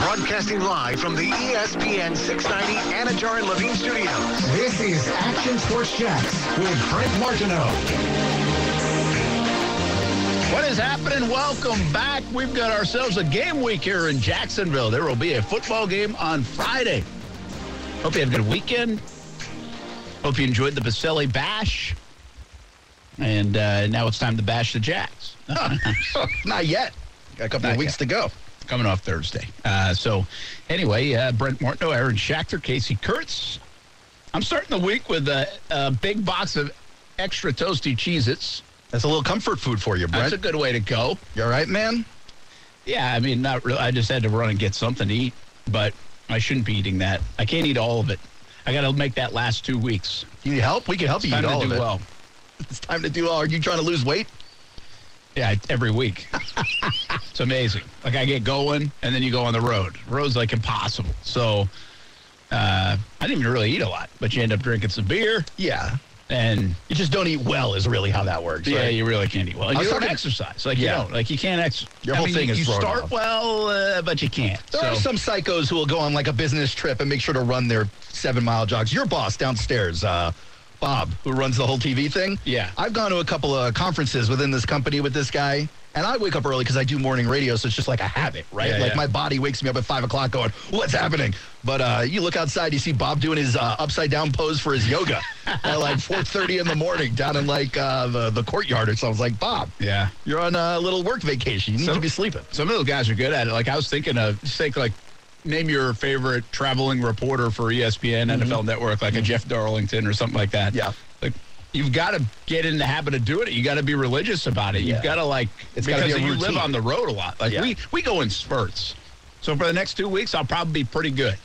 Broadcasting live from the E ESPN 690 Anajar and Levine Studios. This is Action Sports Jacks with Brent Martineau. What is happening? Welcome back. We've got ourselves a game week here in Jacksonville. There will be a football game on Friday. Hope you had a good weekend. Hope you enjoyed the Baselli Bash. And uh, now it's time to bash the Jacks. Not yet. Got a couple Not of weeks yet. to go. Coming off Thursday. Uh, so, anyway, uh, Brent Martineau, Aaron Schachter, Casey Kurtz. I'm starting the week with a, a big box of extra toasty Cheez Its. That's a little comfort food for you, That's Brent. a good way to go. you all right, man? Yeah, I mean, not really. I just had to run and get something to eat, but I shouldn't be eating that. I can't eat all of it. I got to make that last two weeks. You need help? We can help you eat Time all to of do it. well. It's time to do all. Are you trying to lose weight? Yeah, every week. it's amazing. Like I get going, and then you go on the road. Road's like impossible. So uh, I didn't even really eat a lot, but you end up drinking some beer, Yeah. and You just don't eat well is really how that works. yeah, right? you really can't eat well. And I you was don't talking- exercise. Like Yeah. you don't. Like you can't ex. Your I whole mean, thing you, is you thrown start off. well, uh, but you can't. There so, are some psychos who will go on like a business trip and make sure to run their seven mile jogs. Your boss downstairs, uh, Bob, who runs the whole TV thing. Yeah. I've gone to a couple of conferences within this company with this guy, and I wake up early because I do morning radio, so it's just like a habit, right? Yeah, like yeah. my body wakes me up at five o'clock going, What's happening? But uh, you look outside, you see Bob doing his uh, upside down pose for his yoga at like 4.30 in the morning down in like uh, the, the courtyard or something. I was like, Bob, Yeah. you're on a little work vacation. You need So- to be sleeping. Some of those guys are good at it. Like I was thinking of just think like name your favorite traveling reporter for E ESPN, NFL Network, like a Jeff Darlington or something like that. Mm-hmm. Yeah. Like you've got to get in the habit of doing it. You got to be religious about it. Yeah. You've got to like It's gotta because be a you live routine. on the road a lot. Like Yeah. we we go in spurts. So for the next two weeks, I'll probably be pretty good.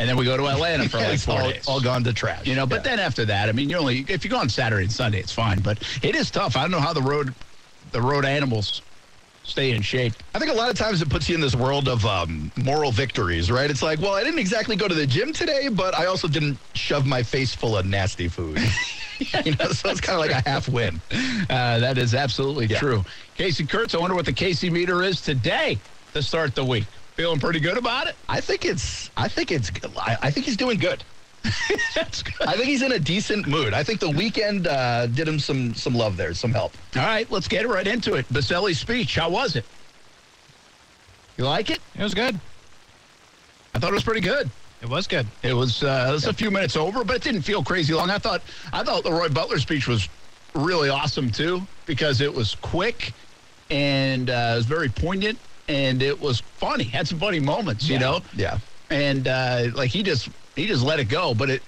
And then we go to Atlanta for like It's four all, days. all gone to trash. You know, Yeah. but then after that, I mean, you only if you go on Saturday and Sunday, it's fine. But it is tough. I don't know how the road, the road animals, stay in shape. I think a lot of times it puts you in this world of um, moral victories, right? It's like, well, I didn't exactly go to the gym today, but I also didn't shove my face full of nasty food. you know, so it's kind of like a half win. Uh, that is absolutely Yeah. true. Casey Kurtz, I wonder what the Casey meter is today to start the week. Feeling pretty good about it. I think it's, I think it's, I, I think he's doing good. That's good. I think he's in a decent mood. I think the weekend uh, did him some some love there, some help. All right, let's get right into it. Baselli's speech. How was it? You like it? It was good. I thought it was pretty good. It was good. It was uh, it was a few minutes over, but it didn't feel crazy long. I thought I thought the Roy Butler speech was really awesome too because it was quick and uh, it was very poignant and it was funny. Had some funny moments, you know. Yeah. and uh, like he just he just let it go. But it,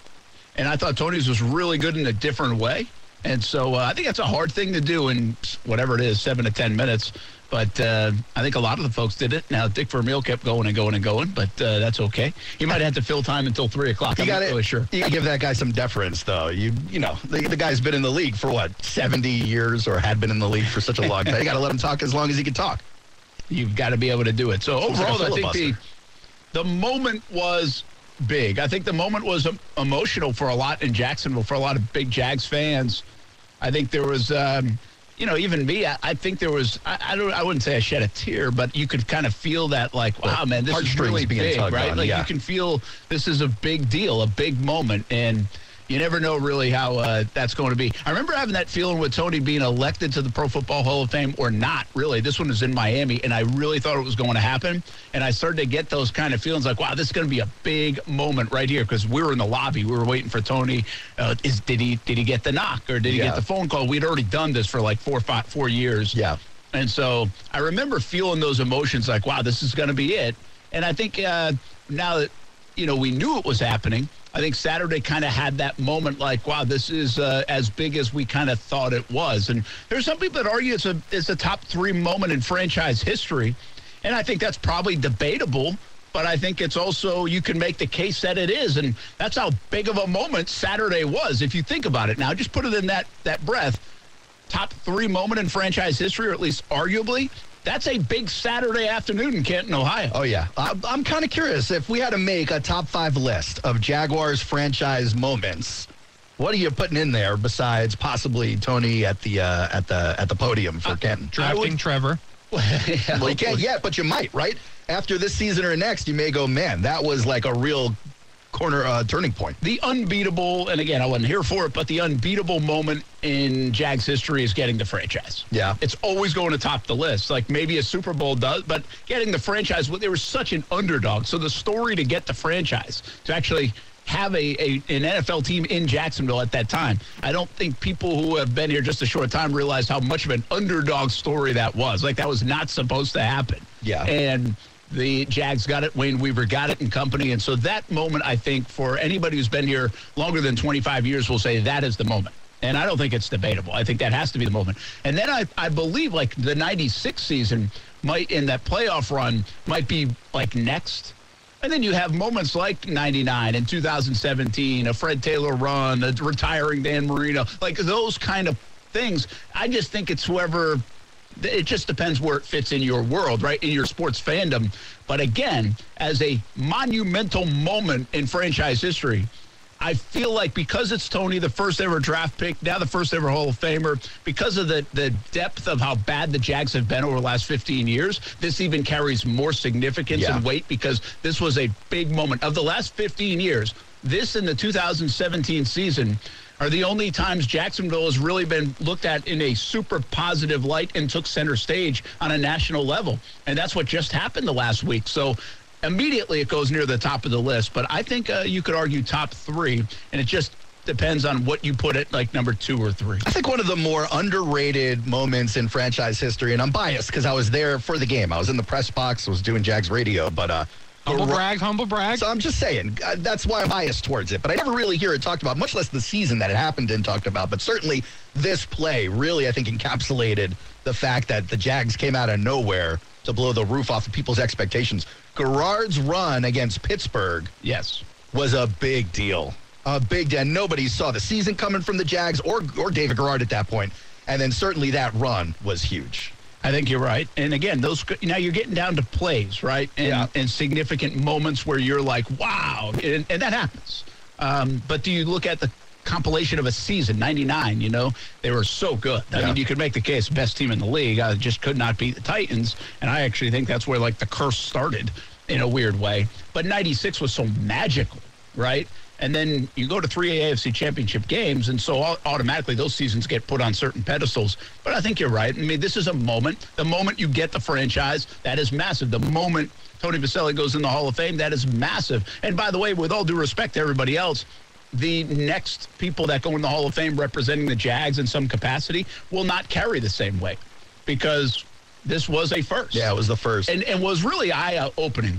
and I thought Tony's was really good in a different way. And so uh, I think that's a hard thing to do in whatever it is, seven to ten minutes. But uh, I think a lot of the folks did it. Now Dick Vermeil kept going and going and going, but uh, that's okay. He might have to fill time until three o'clock. You I'm got not it. really sure. You gotta give that guy some deference, though. You you know the, the guy's been in the league for what seventy years, or had been in the league for such a long time. You got to let him talk as long as he can talk. You've got to be able to do it. So Almost like a overall, I think the filibuster. the moment was big. I think the moment was um, emotional for a lot in Jacksonville for a lot of big Jags fans. I think there was, um, you know, even me. I, I think there was. I, I don't. I wouldn't say I shed a tear, but you could kind of feel that, like, wow, man, this is heartstrings really being big, tugged right? on, like yeah. you can feel this is a big deal, a big moment, and. You never know really how uh, that's going to be. I remember having that feeling with Tony being elected to the Pro Football Hall of Fame or not, really. This one was in Miami, and I really thought it was going to happen. And I started to get those kind of feelings like, wow, this is going to be a big moment right here because we were in the lobby. We were waiting for Tony. Uh, is Did he did he get the knock or did he Yeah. get the phone call? We'd already done this for like four, five, four years. Yeah. And so I remember feeling those emotions like, wow, this is going to be it. And I think uh, now that, you know, we knew it was happening, I think Saturday kind of had that moment like, wow, this is uh, as big as we kind of thought it was. And there's some people that argue it's a, it's a top three moment in franchise history. And I think that's probably debatable. But I think it's also, you can make the case that it is. And that's how big of a moment Saturday was, if you think about it. Now, just put it in that, that breath top three moment in franchise history, or at least arguably. That's a big Saturday afternoon in Canton, Ohio. Oh yeah, I, I'm kind of curious if we had to make a top five list of Jaguars franchise moments. What are you putting in there besides possibly Tony at the uh, at the at the podium for Kenton? Drafting Trevor. Yeah, Well, you can't hopefully. yet, but you might, right? After this season or next, you may go, man, that was like a real corner uh, turning point. The unbeatable, and again, I wasn't here for it, but the unbeatable moment in Jags history is getting the franchise. Yeah. It's always going to top the list. Like maybe a Super Bowl does, but getting the franchise, well, they were such an underdog. So the story to get the franchise, to actually have a, a an NFL team in Jacksonville at that time, I don't think people who have been here just a short time realize how much of an underdog story that was. Like that was not supposed to happen. Yeah. And the Jags got it, Wayne Weaver got it, and company. And so that moment, I think, for anybody who's been here longer than 25 years, will say that is the moment. And I don't think it's debatable. I think that has to be the moment. And then I, I believe like the 96 season might, in that playoff run, might be like next. And then you have moments like 99 and 2017, a Fred Taylor run, a retiring Dan Marino, like those kind of things. I just think it's whoever, it just depends where it fits in your world, right? In your sports fandom. But again, as a monumental moment in franchise history, I feel like because it's Tony, the first ever draft pick, now the first ever Hall of Famer, because of the, the depth of how bad the Jags have been over the last 15 years, this even carries more significance Yeah. and weight because this was a big moment. Of the last 15 years, this and the 2017 season are the only times Jacksonville has really been looked at in a super positive light and took center stage on a national level. And that's what just happened the last week. So immediately it goes near the top of the list. But I think uh, you could argue top three, and it just depends on what you put it like number two or three. I think one of the more underrated moments in franchise history, and I'm biased because I was there for the game. I was in the press box, was doing Jags radio, but uh, Humble brag, humble brag. So I'm just saying uh, that's why I'm biased towards it. But I never really hear it talked about, much less the season that it happened in talked about. But certainly this play really, I think, encapsulated the fact that the Jags came out of nowhere to blow the roof off of people's expectations. Garrard's run against Pittsburgh Yes. was a big deal. A big deal. Nobody saw the season coming from the Jags or or David Garrard at that point. And then certainly that run was huge. I think you're right. And again, those now you're getting down to plays, right? And, Yeah. and significant moments where you're like, wow, and, and that happens. Um, but do you look at the compilation of a season, 99, you know, they were so good. I Yeah. mean, you could make the case best team in the league. I just could not beat the Titans. And I actually think that's where like the curse started in a weird way. But 96 was so magical, right? And then you go to three AFC championship games, and so au- automatically those seasons get put on certain pedestals. But I think you're right. I mean, this is a moment. The moment you get the franchise, that is massive. The moment Tony Vaselli goes in the Hall of Fame, that is massive. And by the way, with all due respect to everybody else, the next people that go in the Hall of Fame representing the Jags in some capacity will not carry the same weight because this was a first Yeah, it was the first. and, and was really eye opening.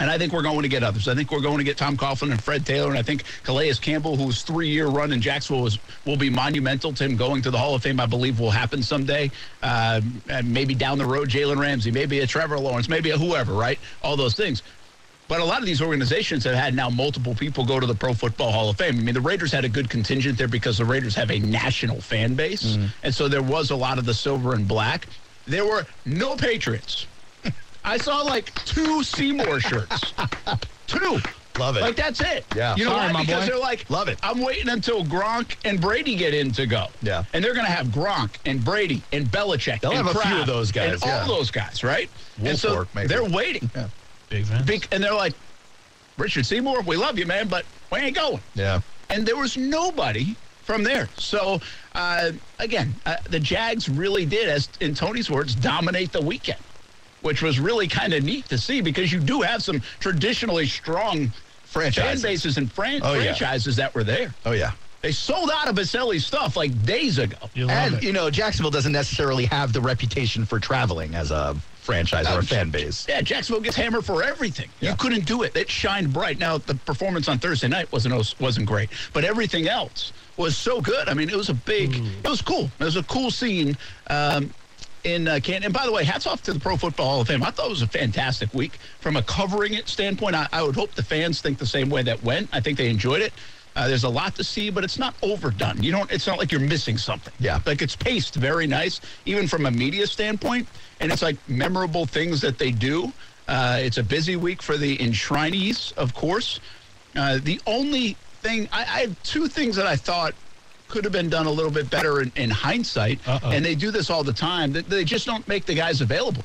And I think we're going to get others. I think we're going to get Tom Coughlin and Fred Taylor, and I think Calais Campbell, whose three-year run in Jacksonville was will be monumental to him going to the Hall of Fame. I believe will happen someday, uh, and maybe down the road, Jalen Ramsey, maybe a Trevor Lawrence, maybe a whoever, right? All those things. But a lot of these organizations have had now multiple people go to the Pro Football Hall of Fame. I mean, the Raiders had a good contingent there because the Raiders have a national fan base. And so there was a lot of the silver and black. There were no Patriots. I saw like two Seymour shirts. two. Love it. Like that's it. Yeah. You know Sorry, why? my Because boy. they're like, Love it. I'm waiting until Gronk and Brady get in to go. Yeah. And they're going to have Gronk and Brady and Belichick. They'll and have a few Kraft of those guys, And yeah. all those guys, right? and so Wolfork, maybe. they're waiting. Big fan. Bec- and they're like, Richard Seymour, we love you, man, but we ain't going. Yeah. And there was nobody from there. So, uh, again, uh, the Jags really did, as in Tony's words, dominate the weekend, which was really kind of neat to see because you do have some traditionally strong fan Franchises. bases and fran- Oh, yeah. franchises that were there. Oh yeah. They sold out of Baselli's stuff like days ago. You love And it. you know, Jacksonville doesn't necessarily have the reputation for traveling as a franchise or a fan base. Yeah, Jacksonville gets hammered for everything. Yeah. You couldn't do it. It shined bright. Now the performance on Thursday night wasn't wasn't great, but everything else was so good. I mean, it was a big. It was cool. It was a cool scene. Um, in uh, Canton. And by the way, hats off to the Pro Football Hall of Fame. I thought it was a fantastic week from a covering it standpoint. I, I would hope the fans think the same way that went. I think they enjoyed it. Uh, there's a lot to see, but it's not overdone. You don't. It's not like you're missing something. Yeah. like it's paced very nice, even from a media standpoint. And it's like memorable things that they do. Uh, it's a busy week for the enshrinees, of course. Uh, the only thing I, I had two things that I thought could have been done a little bit better in, in hindsight. Uh-oh. And they do this all the time. They, they just don't make the guys available.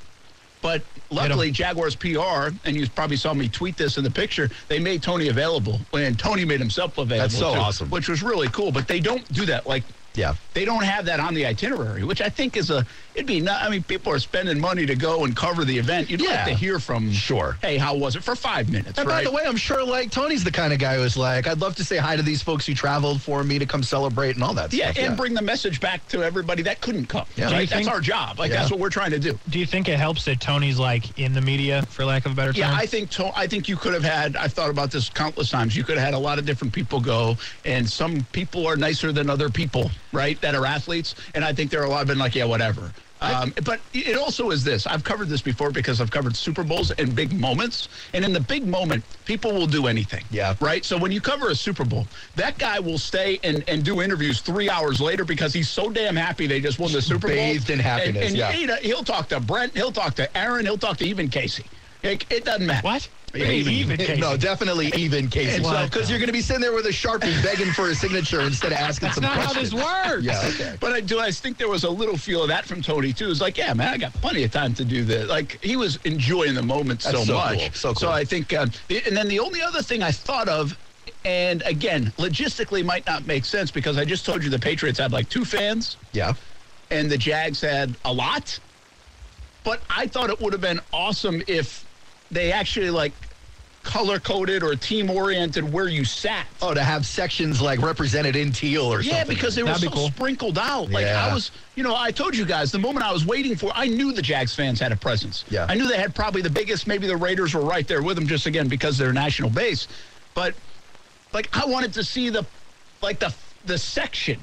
But luckily, Jaguars PR, and you probably saw me tweet this in the picture, they made Tony available, and Tony made himself available. so too, awesome. Which was really cool. But they don't do that. Like, Yeah. they don't have that on the itinerary, which I think is a. It'd be not. I mean, people are spending money to go and cover the event. You'd Yeah. like to hear from. Sure. Hey, how was it for five minutes? And right? by the way, I'm sure like Tony's the kind of guy who's like, I'd love to say hi to these folks who traveled for me to come celebrate and all that yeah, stuff. and bring the message back to everybody that couldn't come. Yeah. Right? Do you That's think- our job. Like Yeah. that's what we're trying to do. Do you think it helps that Tony's like in the media, for lack of a better term? Yeah, I think to, I think you could have had. I've thought about this countless times. You could have had a lot of different people go, and some people are nicer than other people, right? That are athletes, and I think there are a lot of been like, yeah, whatever. Um, but it also is this. I've covered this before because I've covered Super Bowls and big moments. And in the big moment, people will do anything. Yeah. Right. So when you cover a Super Bowl, that guy will stay and, and do interviews three hours later because he's so damn happy they just won the Super Bowl. Bathed in happiness, And, and yeah. he He'll- he'll talk to Brent. He'll talk to Aaron. He'll talk to even Casey. It, it doesn't matter. What? Yeah, What do you even- mean, even Casey? No, definitely even Casey. And so- Because you're going to be sitting there with a sharpie begging for a signature instead of asking That's some not how questions. this works. Yeah, okay. But I do. I think there was a little feel of that from Tony too. It's like, yeah, man, I got plenty of time to do this. Like he was enjoying the moment That's so, so much. cool, so cool. I think, um, the- and then the only other thing I thought of, and again, logistically might not make sense because I just told you the Patriots had like two fans. Yeah. and the Jags had a lot. But I thought it would have been awesome if they actually like color coded or team oriented where you sat. Oh, to have sections like represented in teal or yeah, something. because they were That'd be so cool. sprinkled out. Like Yeah. I was, you know, I told you guys the moment I was waiting for, I knew the Jags fans had a presence. Yeah. I knew they had probably the biggest. Maybe the Raiders were right there with them, just again because they're national base. But like I wanted to see the like the the section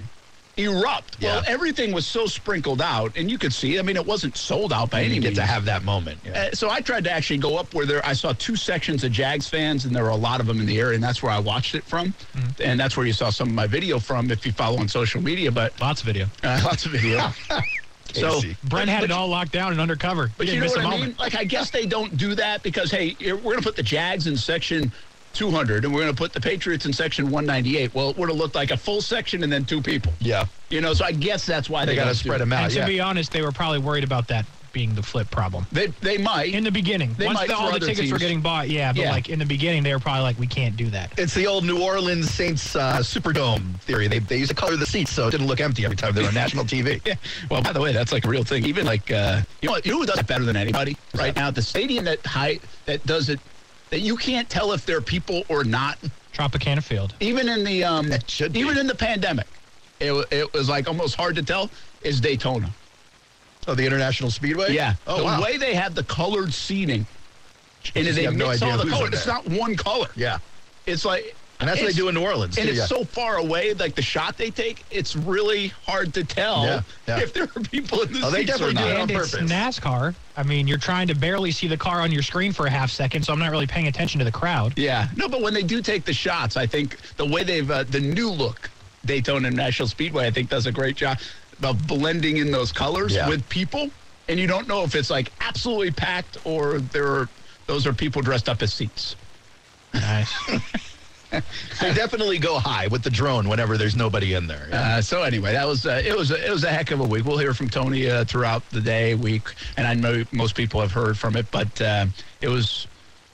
erupt. Yeah. Well, everything was so sprinkled out, and you could see. I mean, it wasn't sold out by any you get means. to have that moment. Yeah. Uh, so I tried to actually go up where there. I saw two sections of Jags fans, and there were a lot of them in the area, and that's where I watched it from, and that's where you saw some of my video from if you follow on social media. But Lots of video. uh, lots of video. so, Casey. Brent had it all locked down and undercover. but he you didn't know what miss a I mean? moment. Like I guess they don't do that because hey, we're going to put the Jags in section. 200, and we're going to put the Patriots in section 198. Well, it would have looked like a full section and then two people. yeah. You know, so I guess that's why they, They got to don't do spread it. them out. And to yeah. be honest, they were probably worried about that being the flip problem. They they might. In the beginning, They once might the, for all the other tickets were teams. getting bought, yeah, but Yeah. like in the beginning, they were probably like, we can't do that. It's the old New Orleans Saints uh, Superdome theory. They, they used to color the seats so it didn't look empty every time they were on national TV. Yeah. Well, by the way, that's like a real thing. Even like uh, you know, what? you know who does it better than anybody right now? The stadium that high that does it that you can't tell if they're people or not. Tropicana Field. Even in the um, That should be. even in the pandemic, it wa- it was like almost hard to tell. Is Daytona? Oh, the International Speedway? Yeah. Oh, the wow. way they have the colored seating, and You they have no mix idea all the who's on colors. It's there. not one color. Yeah. It's like And that's what it's- they do in New Orleans. and too, it's yeah. so far away, like the shot they take, it's really hard to tell Yeah, yeah. if there are people in the Oh, they seats or definitely do not. that on and it's purpose. NASCAR. I mean, you're trying to barely see the car on your screen for a half second, so I'm not really paying attention to the crowd. Yeah, no, but when they do take the shots, I think the way they've uh, the new look Daytona National Speedway, I think does a great job of blending in those colors Yeah. with people, and you don't know if it's like absolutely packed or there are those are people dressed up as seats. Nice. They definitely go high with the drone whenever there's nobody in there. Uh, so anyway, that was uh, it was a, it was a heck of a week. We'll hear from Tony uh, throughout the day, week, and I know most people have heard from it, but uh, it was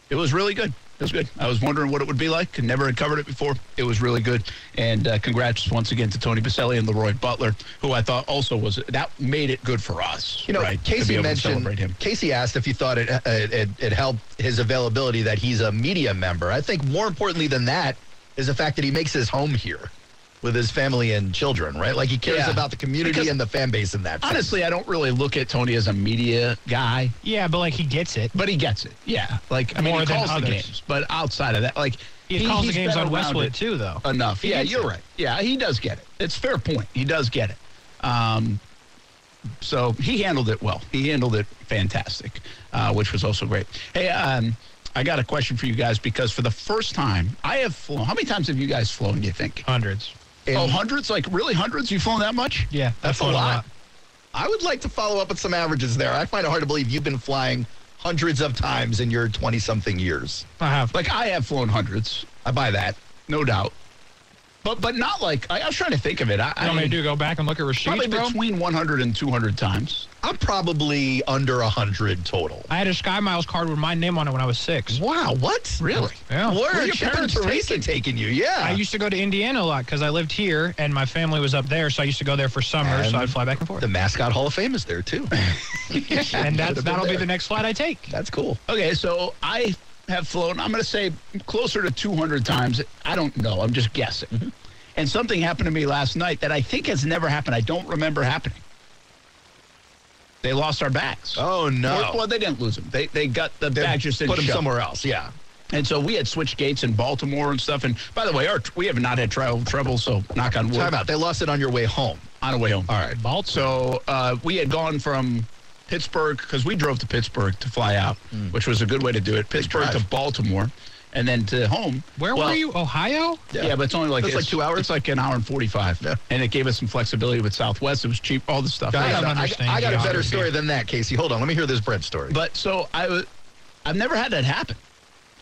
it was really good. It was good. I was wondering what it would be like, and never had covered it before. It was really good, and uh, congrats once again to Tony Baselli and Leroy Butler, who I thought also was that made it good for us. You know, right, to be Casey able to mentioned. celebrate him. Casey asked if you thought it, uh, it it helped his availability that he's a media member. I think more importantly than that is the fact that he makes his home here with his family and children. Right, like he cares Yeah. about the community Because- and the fan base in that. sense. Honestly, I don't really look at Tony as a media guy. yeah, but like he gets it. But he gets it. Yeah. Like, I mean, More he than calls the others. games. But outside of that, like, He, calls the he's games been on around Westwood it too, though. Enough. He yeah, gets you're it. right. Yeah, he does get it. It's fair point. He does get it. Um, so he handled it well. He handled it fantastic, uh, which was also great. Hey, um, I got a question for you guys because for the first time, I have flown. How many times have you guys flown, do you think? Hundreds. oh, hundreds? Like, really, hundreds? You've flown that much? Yeah, that's a what lot. I would like to follow up with some averages there. I find it hard to believe you've been flying hundreds of times in your twenty something years. I have. Like, I have flown hundreds. I buy that. No doubt. But but not like I, I was trying to think of it. I, You I want me to mean, do go back and look at receipts, probably bro? between 100 and 200 times. I'm probably under 100 total. I had a Sky Miles card with my name on it when I was six. Wow, what? Really? Yeah. Where Were are your Chip and parents Teresa taking you? I Yeah. used to go to Indiana a lot because I lived here and my family was up there, so I used to go there for summer, And so I'd fly back and forth. the mascot Hall of Fame is there too. and that's, been that'll be there. the next flight I take. That's cool. Okay, so I have flown, I'm going to say closer to 200 times. I don't know. I'm just guessing. Mm-hmm. And something happened to me last night that I think has never happened. I don't remember happening. They lost our bags. Oh no. Well, well, they didn't lose them. They, they got the They bags just didn't put them show. somewhere else. Yeah. And so we had switched gates in Baltimore and stuff. And by the way, our, we have not had trial trouble, so knock on wood. Time out. They lost it on your way home. On the way home. All right. So uh, we had gone from Pittsburgh because we drove to Pittsburgh to fly out, which was a good way to do it. Pittsburgh to Mm. drive. Baltimore, and then to home. Where Well, were you? Ohio? Yeah. but it's only like That's like it's- two hours? It's like an hour and forty-five, Yeah. and it gave us some flexibility with Southwest. It was cheap, all the stuff. Got I I got, don't a- I- understand I got a better geography. story than that, Casey. Hold on. Let me hear this Brent story. But so I, w- I've never had that happen.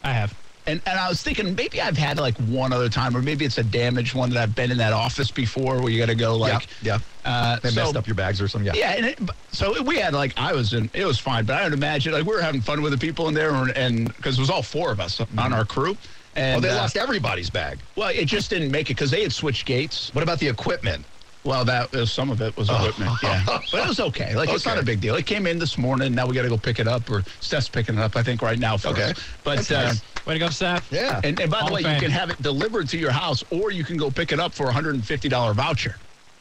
I have. And, and I was thinking maybe I've had like one other time, or maybe it's a damaged one that I've been in that office before where you got to go like, yeah, yeah. Uh, They so- messed up your bags or something. Yeah. Yeah, and it, but- so we had like I was in it was fine, but I would imagine like we were having fun with the people in there, and because it was all four of us on our crew. And Oh, they uh, lost everybody's bag. Well, it just didn't make it because they had switched gates. What about the equipment? Well, that was, some of it was equipment, yeah, but it was okay. Like it's not Oh. Okay. a big deal. It came in this morning. Now we got to go pick it up, or Steph's picking it up. I think right now for Okay. us. But That's uh, nice. Way to go, Seth. Yeah. and, and by Hall the of way, you Fame. can have it delivered to your house, or you can go pick it up for a hundred and fifty dollar voucher.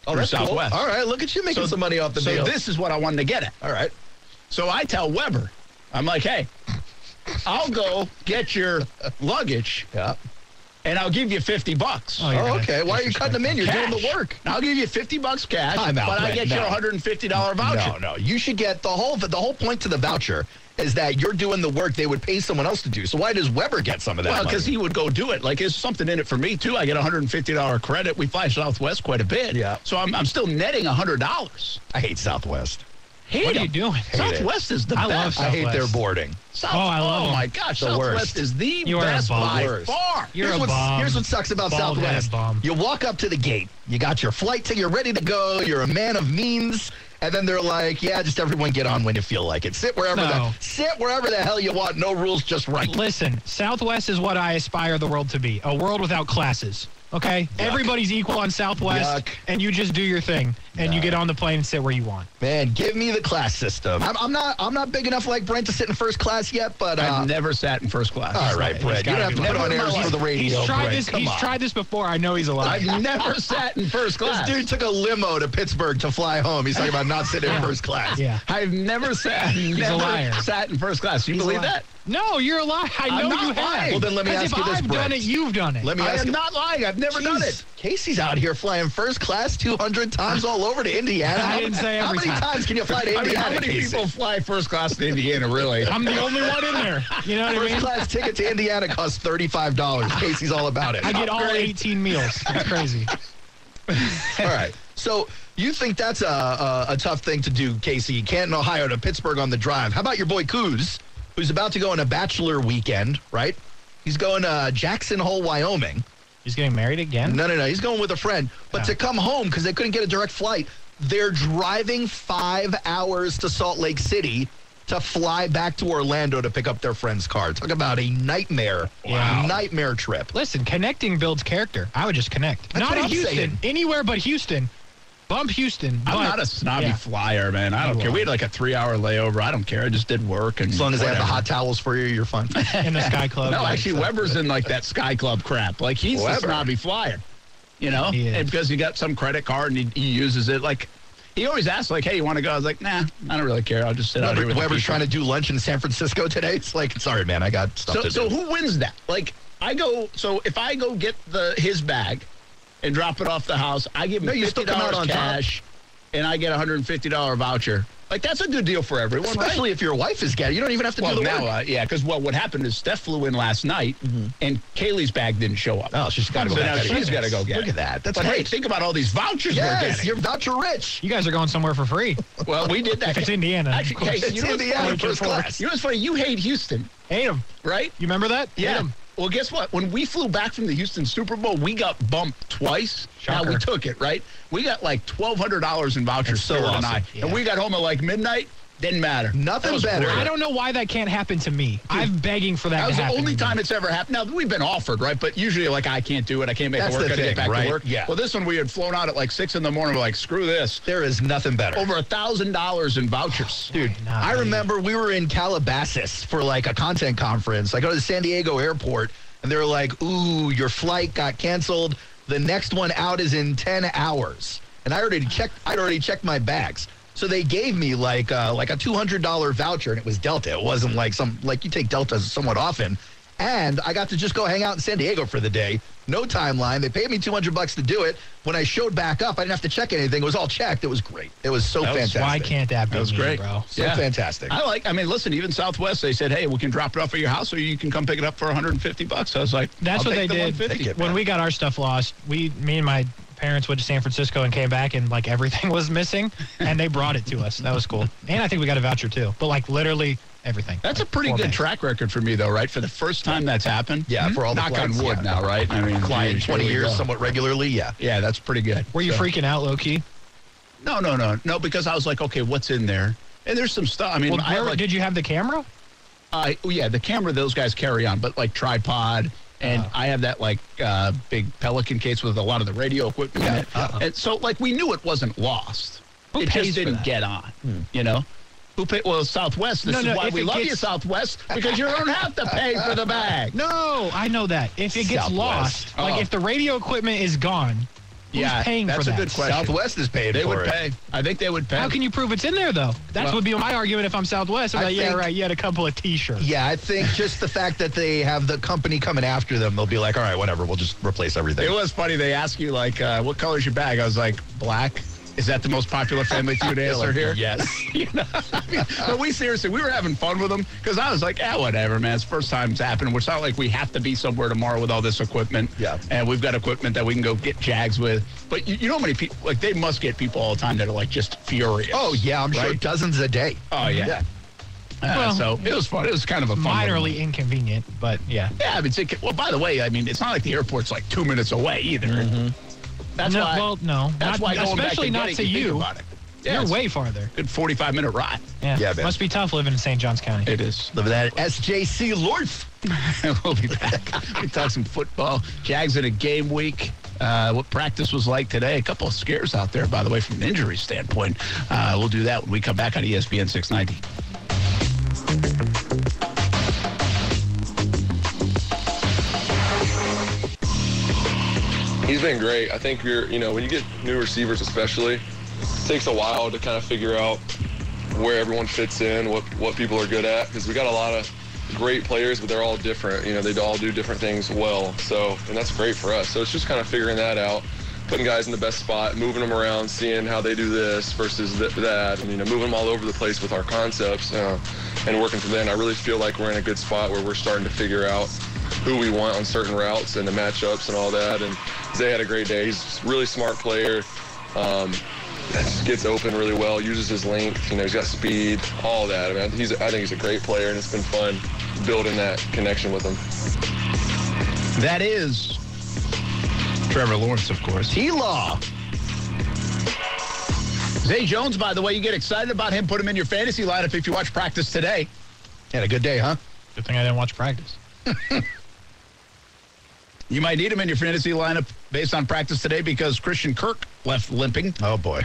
oh, through that's cool. Southwest. All right, look at you making So- some money off the so deal. this is what I wanted to get at. All right. So I tell Weber, I'm like, hey, I'll go get your luggage Yeah. and I'll give you 50 bucks. Oh, Cash. you're Oh, gonna okay. Why are you cutting them in? You're doing the Cash. work. I'll give you 50 bucks cash, Time out, but I get Brett, no. you a $150 voucher. No, no. You should get the whole the whole point to the voucher is that you're doing the work they would pay someone else to do. So why does Weber get some of that? Well, because money? he would go do it. Like, there's something in it for me, too. I get a $150 credit. We fly Southwest quite a bit. Yeah. So I'm, I'm still netting $100. I hate Southwest. Hate What are 'em. you doing? Southwest is the I love best. I hate their Southwest. boarding. South- Oh, I love Oh, 'em. my gosh. The Southwest worst. is the You are a best bum. by Worst. far. You're here's, a what's, bum. here's what sucks about Bald-headed Southwest. bum. You walk up to the gate, you got your flight ticket, you're ready to go, you're a man of means, and then they're like, "Yeah, just everyone get on when you feel like it. Sit wherever No. the sit wherever the hell you want. No rules, just right." Listen, Southwest is what I aspire the world to be a world without classes. Okay? Everybody's equal on Southwest, Yuck. and you just do your thing, and you Nah. get on the plane and sit where you want. Man, give me the class system. I'm, I'm not I'm not big enough like Brent to sit in first class yet, but uh, I've never sat in first class. all right, Brent, you don't have to put Never on in my airs for life. the radio. He's tried Brent. this. Come He's on. tried this before. I know he's a liar. I've never sat in first This class. dude took a limo to Pittsburgh to fly home. He's talking about not sitting in first class. Yeah. I've never sat. a never liar. Sat in first class. You He's a believe liar. that? No, you're a liar. I I'm know not you lying. have. Well, then let me 'Cause ask if you this, I've done Brent. it, you've done it. Let me I ask am you. not lying. I've never done Jeez, it. Casey's out here flying first class 200 times all over to Indiana. I didn't say How every many time. times can you fly to I mean, Indiana? how many Casey? people fly first class to Indiana? Really? I'm the only one in there. You know what I First mean? class ticket to Indiana costs $35. Casey's all about it. I get all Upgrade. 18 meals. That's crazy. All right. So you think that's a, a, a tough thing to do, Casey? Canton, Ohio to Pittsburgh on the drive. How about your boy Coos, who's about to go on a bachelor weekend, right? He's going to Jackson Hole, Wyoming. He's getting married again. No, no, no. He's going with a friend. But to come home, because they couldn't get a direct flight, they're driving five hours to Salt Lake City to fly back to Orlando to pick up their friend's car. Talk about a nightmare, Wow. nightmare trip. Listen, connecting builds character. I would just connect. That's not what in I'm Houston. saying. Anywhere but Houston. Bump Houston. I'm but- not a snobby Yeah. flyer, man. I don't You care. are. We had like a three-hour layover. I don't care. I just did work, and As long as they have the whatever. hot towels for you, you're fine. in the Sky Club. No, like, actually, Weber's in like that Sky Club crap. Like he's the Weber. snobby flyer, you know, He is. and because he got some credit card and he, he uses it. Like he always asks, like, "Hey, you want to go?" I was like, "Nah, I don't really care. I'll just sit out here." Weber- With the Weber's people." trying to do lunch in San Francisco today. It's like, sorry, man, I got stuff So, to so do. who wins that? Like, I go. So if I go get the his bag and drop it off the house, I give him No, you fifty still come out dollars on top. cash, and I get a hundred and fifty dollar voucher. Like that's a good deal for everyone, right? Especially if your wife is getting, you don't even have to Well, do the now, work. Mm-hmm. uh, yeah, because well, what happened is Steph flew in last night, and Kaylee's bag didn't show up. Oh, she's gotta go So back now and get she's it. got to go get. Look it. at that. That's but hey, great. think about all these vouchers we're Yes, getting. you're voucher rich. You guys are going somewhere for free. Well, we did that. If it's Indiana, actually, of course. Kay, you It's know what's Indiana, funny? first class. You know what's funny? You hate Houston, Hate 'em. right? You remember that? Hate 'em. Well, guess what? When we flew back from the Houston Super Bowl, we got bumped twice. Now we Shocker. took it, right? We got like twelve hundred dollars in vouchers. That's so Sarah and I, awesome. and Yeah. we got home at like midnight. Didn't matter. Nothing That was better. great. I don't know why that can't happen to me. I'm begging for that. That to was the happen to only me. time it's ever happened. Now we've been offered, right? But usually, like I can't do it. I can't make That's it work. the I gotta thing, get back right? to work. Yeah. Well, this one we had flown out at like six in the morning. We're like, screw this. There is nothing better. Over a thousand dollars in vouchers, dude. Nah, I man. remember we were in Calabasas for like a content conference. I go to the San Diego airport and they're like, ooh, your flight got canceled. The next one out is in 10 hours. And I already checked, I'd already checked my bags. So they gave me like uh, like a $200 voucher and it was Delta. It wasn't like some, like you take Delta somewhat often. And I got to just go hang out in San Diego for the day. No timeline. They paid me 200 bucks to do it. When I showed back up, I didn't have to check anything. It was all checked. It was great. It was so That was- fantastic. Why can't that be That was me, great. bro? So Yeah. fantastic. I like. I mean, listen. Even Southwest, they said, "Hey, we can drop it off at your house, or you can come pick it up for 150 bucks." I was like, That's I'll what they take the did 150. Take it, when we got our stuff lost. We, me and my parents went to San Francisco and came back, and like everything was missing, and they brought it to us. That was cool. And I think we got a voucher too, but like literally everything. That's a pretty Four good bags. track record for me, though, right? For the first time that's happened. Yeah, for all the Hmm? knock clients, on wood yeah. now, right? I mean, client geez, 20 here we years go. somewhat regularly. Yeah. Yeah, that's pretty good. Were you So- freaking out, Loki? No, no, no, no. Because I was like, okay, what's in there? And there's some stuff. I mean, Well, I where- like, did you have the camera? uh, oh, yeah, the camera those guys carry on, but like tripod. And Oh. I have that like uh, big Pelican case with a lot of the radio equipment in it. And so, like, we knew it wasn't lost. Uh-huh. Who it pays just for didn't that? Hmm. get on, you know? Who pay, well, Southwest, this No, is no, why if we it love you, gets- Southwest, because you don't have to pay for the bag. No, I know that. If it gets Southwest. lost, Oh. like if the radio equipment is gone, who's Yeah, paying that's for a that? good question. Southwest is paid They for would it. pay. I think they would pay. How can you prove it's in there though? That Well- would be my argument if I'm Southwest. I'm I like, yeah, think- right. You had a couple of T-shirts. Yeah, I think just the fact that they have the company coming after them, they'll be like, all right, whatever, we'll just replace everything. It was funny. They ask you like, uh, "What color's your bag?" I was like, "Black." Is that the most popular family food They're answer like, here? Yes. You know, I mean, but we seriously, we were having fun with them because I was like, "Yeah, whatever, man. It's first time it's happening. It's not like we have to be somewhere tomorrow with all this equipment. Yeah. and we've got equipment that we can go get Jags with. But you, you know how many people? Like they must get people all the time that are like just furious. oh, yeah, I'm sure Right? dozens a day. Oh yeah. Uh, Well- so it was fun. It was kind of a fun little- Minorly inconvenient, but yeah. Yeah, I mean, it's, it, well, by the way, I mean, it's not like the airport's like two minutes away either. Mm-hmm. That's no, why. well, no. That's not, why going back especially to not Getty, to you think you. about it. Yeah, You're it's way farther. a good 45 minute ride. Yeah. Yeah, man. Must be tough living in St. Johns County. It is. Living that SJC Lorth. we'll be back. we talk some football. Jags in a game week. Uh, what practice was like today. A couple of scares out there, by the way, from an injury standpoint. Uh, we'll do that when we come back on E ESPN 690. He's been great. I think you're, you know, when you get new receivers, especially, it takes a while to kind of figure out where everyone fits in, what what people are good at, because we got a lot of great players, but they're all different. You know, they all do different things well. So, and that's great for us. So it's just kind of figuring that out, putting guys in the best spot, moving them around, seeing how they do this versus th- that, and you know, moving them all over the place with our concepts uh, and working from there. And I really feel like we're in a good spot where we're starting to figure out who we want on certain routes and the matchups and all that. And Zay had a great day. He's a really smart player. Um, just gets open really well. Uses his length. You know, he's got speed. All that. I mean, he's. I think he's a great player, and it's been fun building that connection with him. That is Trevor Lawrence, of course. T Law. Zay Jones, by the way, you get excited about him. Put him in your fantasy lineup if you watch practice today. Had a good day, huh? Good thing I didn't watch practice. You might need him in your fantasy lineup based on practice today because Christian Kirk left limping. Oh, boy.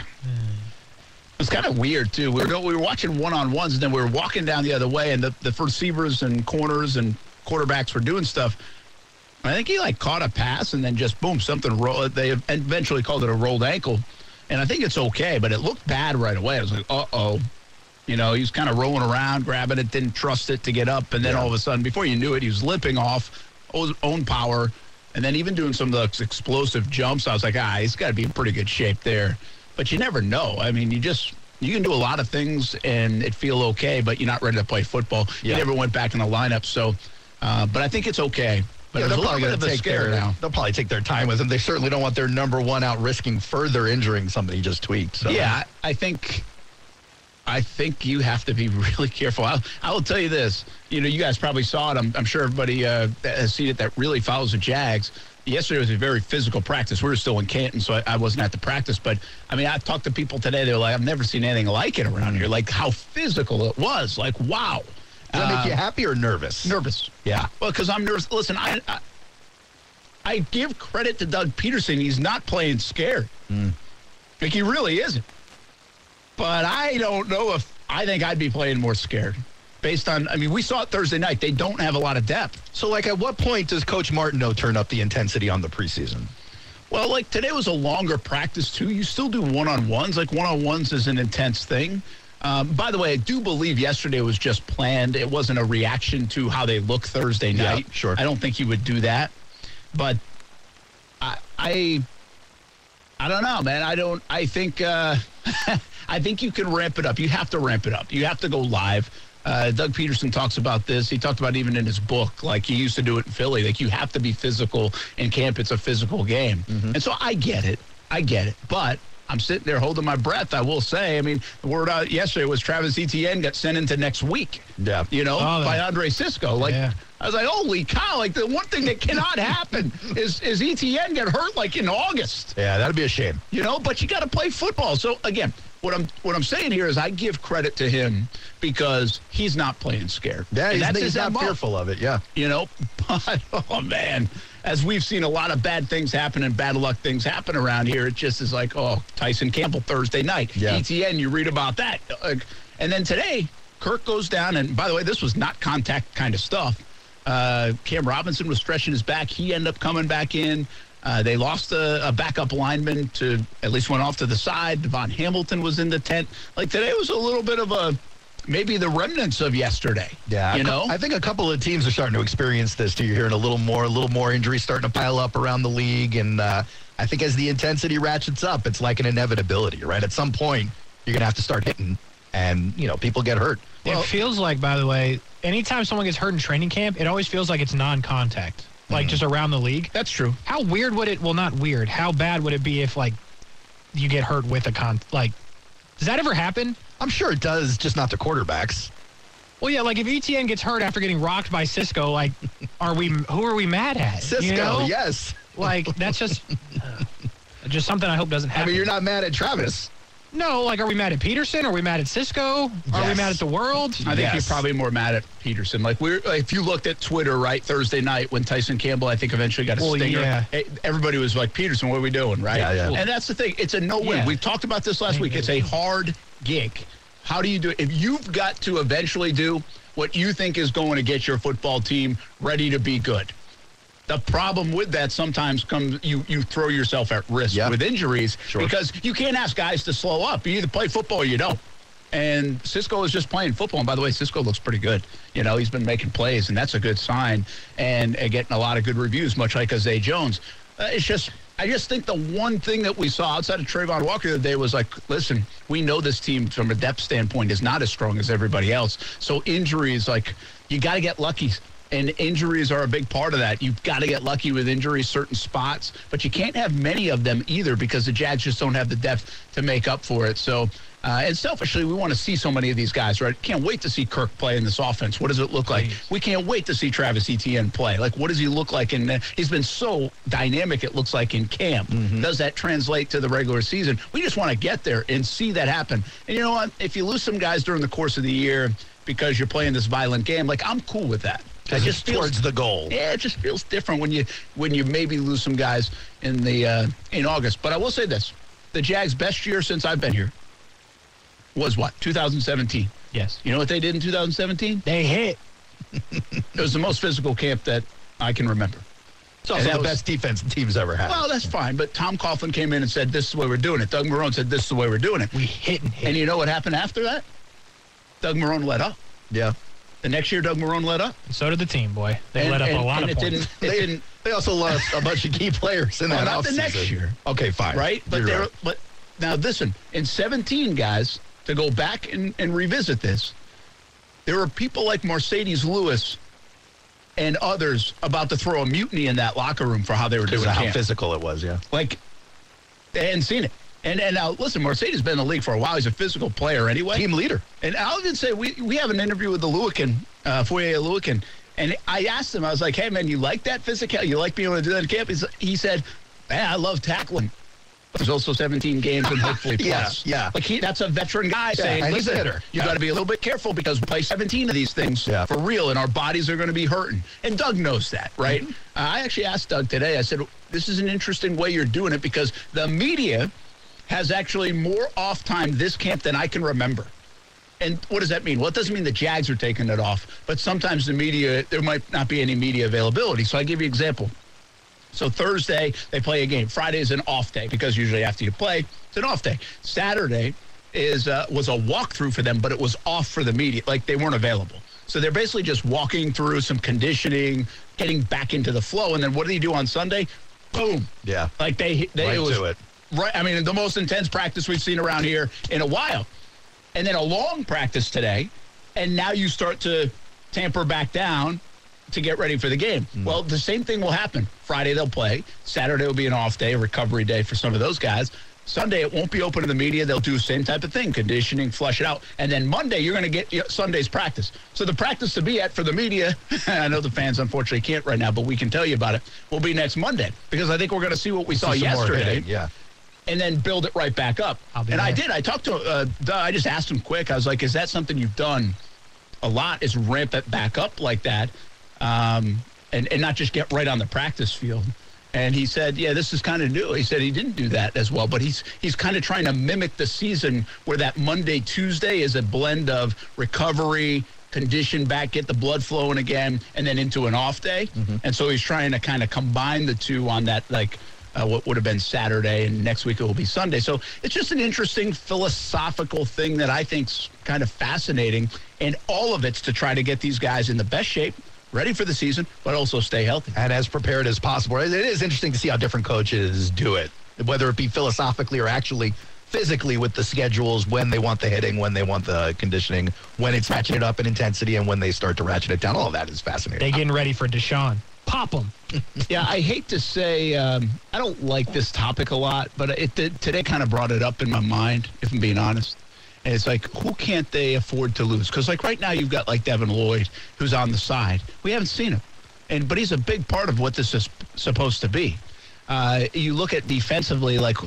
It's kind of weird too. We were go- we were watching one on ones, and then we were walking down the other way, and the the receivers and corners and quarterbacks were doing stuff. And I think he like caught a pass, and then just boom, something rolled. They eventually called it a rolled ankle, and I think it's okay, but it looked bad right away. I was like, uh oh. You know, he was kind of rolling around, grabbing it, didn't trust it to get up, and then all of a sudden, before you knew it, he was limping off o- own power, and then even doing some of those explosive jumps. I was like, ah, he's got to be in pretty good shape there. But you never know. I mean, you just you can do a lot of things and it feel okay, but you're not ready to play football. You Yeah. never went back in the lineup, so. Uh, but I think it's okay. But Yeah, there's a they're little probably bit going of to a take scare their, now. They'll probably take their time with him. They certainly don't want their number one out risking further injuring somebody he just tweaked. So. Yeah, I I think I think you have to be really careful. I'll, I will tell you this. You know, you guys probably saw it. I'm, I'm sure everybody uh, that has seen it that really follows the Jags. Yesterday was a very physical practice. We were still in Canton, so I, I wasn't at the practice. But I mean, I talked to people today. They're like, I've never seen anything like it around here. Like how physical it was. Like wow. Uh, Does that make you happy or nervous? Nervous. Yeah. Well, because I'm nervous. Listen, I, I I give credit to Doug Peterson. He's not playing scared. Mm. Like he really isn't. But I don't know if I think I'd be playing more scared. Based on, I mean, we saw it Thursday night. They don't have a lot of depth. So, like, at what point does Coach Martineau turn up the intensity on the preseason? Well, like today was a longer practice too. You still do one on ones. Like one on ones is an intense thing. Um, by the way, I do believe yesterday was just planned. It wasn't a reaction to how they look Thursday Yeah, night. sure. I don't think he would do that. But I, I, I don't know, man. I don't. I think. Uh, I think you can ramp it up. You have to ramp it up. You have to go live. Uh, Doug Peterson talks about this. He talked about even in his book, like he used to do it in Philly. Like you have to be physical in camp. It's a physical game, and so I get it. I get it. But I'm sitting there holding my breath. I will say. I mean, the word out yesterday was Travis Etienne got sent into next week. Yeah. You know, Saw that. by Andre Cisco. Like Yeah. I was like, holy cow! Like the one thing that cannot happen is is Etienne get hurt like in August Yeah, that'd be a shame. you know but you got to play football so again what i'm what i'm saying here is i give credit to him because he's not playing scared Yeah, And he's, that's he's his not MO, fearful of it. Yeah. you know but oh man as we've seen a lot of bad things happen and bad luck things happen around here it just is like oh tyson campbell thursday night Yeah. etn you read about that Like, and then today kirk goes down and by the way this was not contact kind of stuff uh, cam robinson was stretching his back he ended up coming back in uh, they lost a, a backup lineman to at least went off to the side. Devon Hamilton was in the tent. Like today was a little bit of a maybe the remnants of yesterday. Yeah, you a cou- know. I think a couple of teams are starting to experience this. too. You're hearing a little more, a little more injuries starting to pile up around the league, and uh, I think as the intensity ratchets up, it's like an inevitability, right? At some point, you're gonna have to start hitting, and you know, people get hurt. it feels like, by the way, anytime someone gets hurt in training camp, it always feels like it's non-contact, like just around the league. Mm-hmm. that's true. How weird would it? Well, not weird. How bad would it be if like you get hurt with a con? Like, does that ever happen? I'm sure it does, just not to quarterbacks. Well, yeah. Like if ETN gets hurt after getting rocked by Cisco, like, are we? Who are we mad at? you Cisco, know? yes. Like that's just uh, just something I hope doesn't I happen. mean, you're not mad at Travis. No, like, are we mad at Peterson? Are we mad at Cisco? Are we Yes. mad at the world? I think Yes. you're probably more mad at Peterson. Like we're if you looked at Twitter right Thursday night when Tyson Campbell I think eventually got a Well, stinger. yeah. eh, Everybody was like Peterson, what are we doing, right? Yeah, yeah. And that's the thing. It's a no win. Yeah. We've talked about this last Thank week. you. It's a hard gig. How do you do it? If you've got to eventually do what you think is going to get your football team ready to be good. The problem with that sometimes comes you you throw yourself at risk Yeah. with injuries Sure. because you can't ask guys to slow up. You either play football or you don't. And Cisco is just playing football. And by the way, Cisco looks pretty good. You know, he's been making plays, and that's a good sign. And, and getting a lot of good reviews, much like Zay Jones. Uh, it's just, I just think the one thing that we saw outside of Trayvon Walker the other day was like, listen, we know this team from a depth standpoint is not as strong as everybody else. So injuries, like, you got to get lucky and injuries are a big part of that. You've got to get lucky with injuries, certain spots, but you can't have many of them either because the Jags just don't have the depth to make up for it. So, uh, and selfishly, we want to see so many of these guys, right? Can't wait to see Kirk play in this offense. What does it look like? We can't wait to see Travis Etienne play. Like, what does he look like? And he's been so dynamic, it looks like in camp. Does that translate to the regular season? We just want to get there and see that happen. And you know what? If you lose some guys during the course of the year because you're playing this violent game, like, I'm cool with that. I It's just feels towards the goal. yeah, it just feels different when you when you maybe lose some guys in the uh, in August. But I will say this: the Jags' best year since I've been here was what 2017. Yes. You know what they did in 2017? They hit. It was the most physical camp that I can remember. It's also that the was- best defense the team's ever had. Well, that's fine. But Tom Coughlin came in and said, "This is the way we're doing it." Doug Marone said, "This is the way we're doing it." We hit and hit. And you know what happened after that? Doug Marone let up. yeah. The next year, Doug Marone let up. so did the team, boy. They And- let up and- a lot and of it points. Didn't, it They, didn't they also lost a bunch of key players in Well, that not the offseason. next year. Okay, fine. right? But You're there, right. but now listen, in 17 guys to go back and, and revisit this, there were people like Mercedes Lewis and others about to throw a mutiny in that locker room for how they were Because doing of how camp. physical it was, yeah. Like they hadn't seen it. And and now listen, Mercedes has been in the league for a while. He's a physical player anyway. Team leader. And I'll even say we, we have an interview with the Lewican, uh, Foyer Lewican, and I asked him, I was like, hey man, you like that physicality? You like being able to do that in camp? He's, he said, man, I love tackling. There's also 17 games and hopefully Yeah, plus. yeah. Like he, that's a veteran guy saying, and he's a listen, hitter. you Yeah. got to be a little bit careful because we play 17 of these things Yeah. for real, and our bodies are going to be hurting. And Doug knows that, right? Mm-hmm. Uh, I actually asked Doug today. I said, this is an interesting way you're doing it because the media has actually more off time this camp than I can remember. And what does that mean? Well, it doesn't mean the Jags are taking it off, but sometimes the media, there might not be any media availability. So I give you an example. So Thursday, they play a game. Friday is an off day because usually after you play, it's an off day. Saturday is uh, was a walkthrough for them, but it was off for the media. Like they weren't available. So they're basically just walking through some conditioning, getting back into the flow. And then what do they do on Sunday? Boom. Yeah. Like they, they Right it was, to it. Right. I mean, the most intense practice we've seen around here in a while. And then a long practice today. And now you start to tamper back down to get ready for the game. Hmm. Well, the same thing will happen. Friday they'll play. Saturday will be an off day, recovery day for some of those guys. Sunday it won't be open to the media. They'll do the same type of thing, conditioning, flush it out. And then Monday you're going to get your- Sunday's practice. So the practice to be at for the media, I know the fans unfortunately can't right now, but we can tell you about it. Will be next Monday because I think we're going to see what we saw Some more yesterday hitting, Yeah. and then build it right back up. I'll And be I there. did. I talked to. Uh, Doug- I just asked him quick. I was like, "Is that something you've done a lot? Is ramp it back up like that, um, and and not just get right on the practice field?" And he said, "Yeah, this is kind of new." He said he didn't do that as well, but he's he's kind of trying to mimic the season where that Monday Tuesday is a blend of recovery. Condition back, get the blood flowing again, and then into an off day. Mm-hmm. And so he's trying to kind of combine the two on that, like uh, what would have been Saturday, and next week it will be Sunday. So it's just an interesting philosophical thing that I think's kind of fascinating, and all of it's to try to get these guys in the best shape, ready for the season, but also stay healthy. and as prepared as possible. It it is interesting to see how different coaches do it, whether it be philosophically or actually physically with the schedules, when they want the hitting, when they want the conditioning, when it's ratcheted up in intensity, and when they start to ratchet it down. All of that is They fascinating. getting ready for Deshaun. Pop them. Yeah, I hate to say um, I don't like this topic a lot, but it did, today kind of brought it up in my mind, if I'm being honest. And it's like, who can't they afford to lose? Because like right now, you've got like Devin Lloyd, who's on the side. We haven't seen him, and but he's a big part of what this is supposed to be. Uh, you look at defensively, like,